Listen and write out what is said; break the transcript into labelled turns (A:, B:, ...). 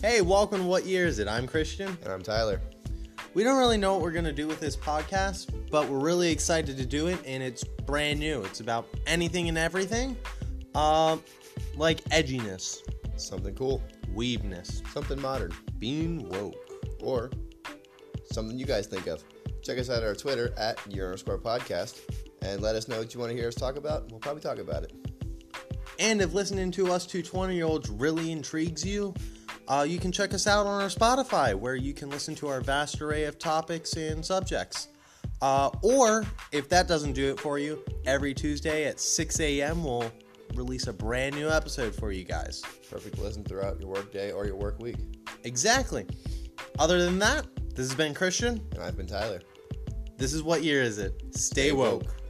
A: Hey, welcome to What Year Is It? I'm Christian.
B: And I'm Tyler.
A: We don't really know what we're going to do with this podcast, but we're really excited to do it, and it's brand new. It's about anything and everything, um, like edginess,
B: Something cool,
A: weebness,
B: something modern,
A: being woke.
B: or something you guys think of. Check us out on our Twitter at your underscore podcast and let us know what you want to hear us talk about. We'll probably talk about it.
A: And if listening to us two 20 year olds really intrigues you, uh, you can check us out on our Spotify, where you can listen to our vast array of topics and subjects. Uh, or if that doesn't do it for you, every Tuesday at 6 a.m., we'll release a brand new episode for you guys.
B: Perfect listen throughout your work day or your work week.
A: Exactly. Other than that, this has been Christian.
B: And I've been Tyler.
A: This is What Year Is It? Stay,
B: Stay woke.
A: woke.